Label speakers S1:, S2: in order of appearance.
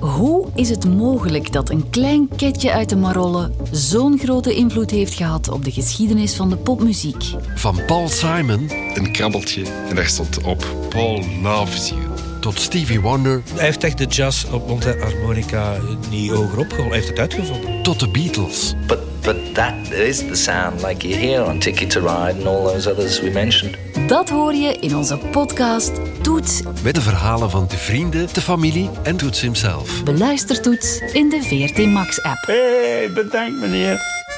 S1: Hoe is het mogelijk dat een klein ketje uit de Marolle zo'n grote invloed heeft gehad op de geschiedenis van de popmuziek?
S2: Van Paul Simon
S3: Een krabbeltje en daar stond op Paul loves you.
S2: tot Stevie Wonder
S4: Hij heeft echt de jazz op onze harmonica niet hoger opgeholpen. Hij heeft het uitgevonden.
S2: tot de Beatles.
S5: But but that is the sound like you hear on Ticket to Ride and all those others we mentioned.
S1: Dat hoor je in onze podcast Toets,
S2: Met de verhalen van de vrienden, de familie en Toets himself.
S1: beluistertoets in de VRT Max app.
S6: Hé, bedankt meneer.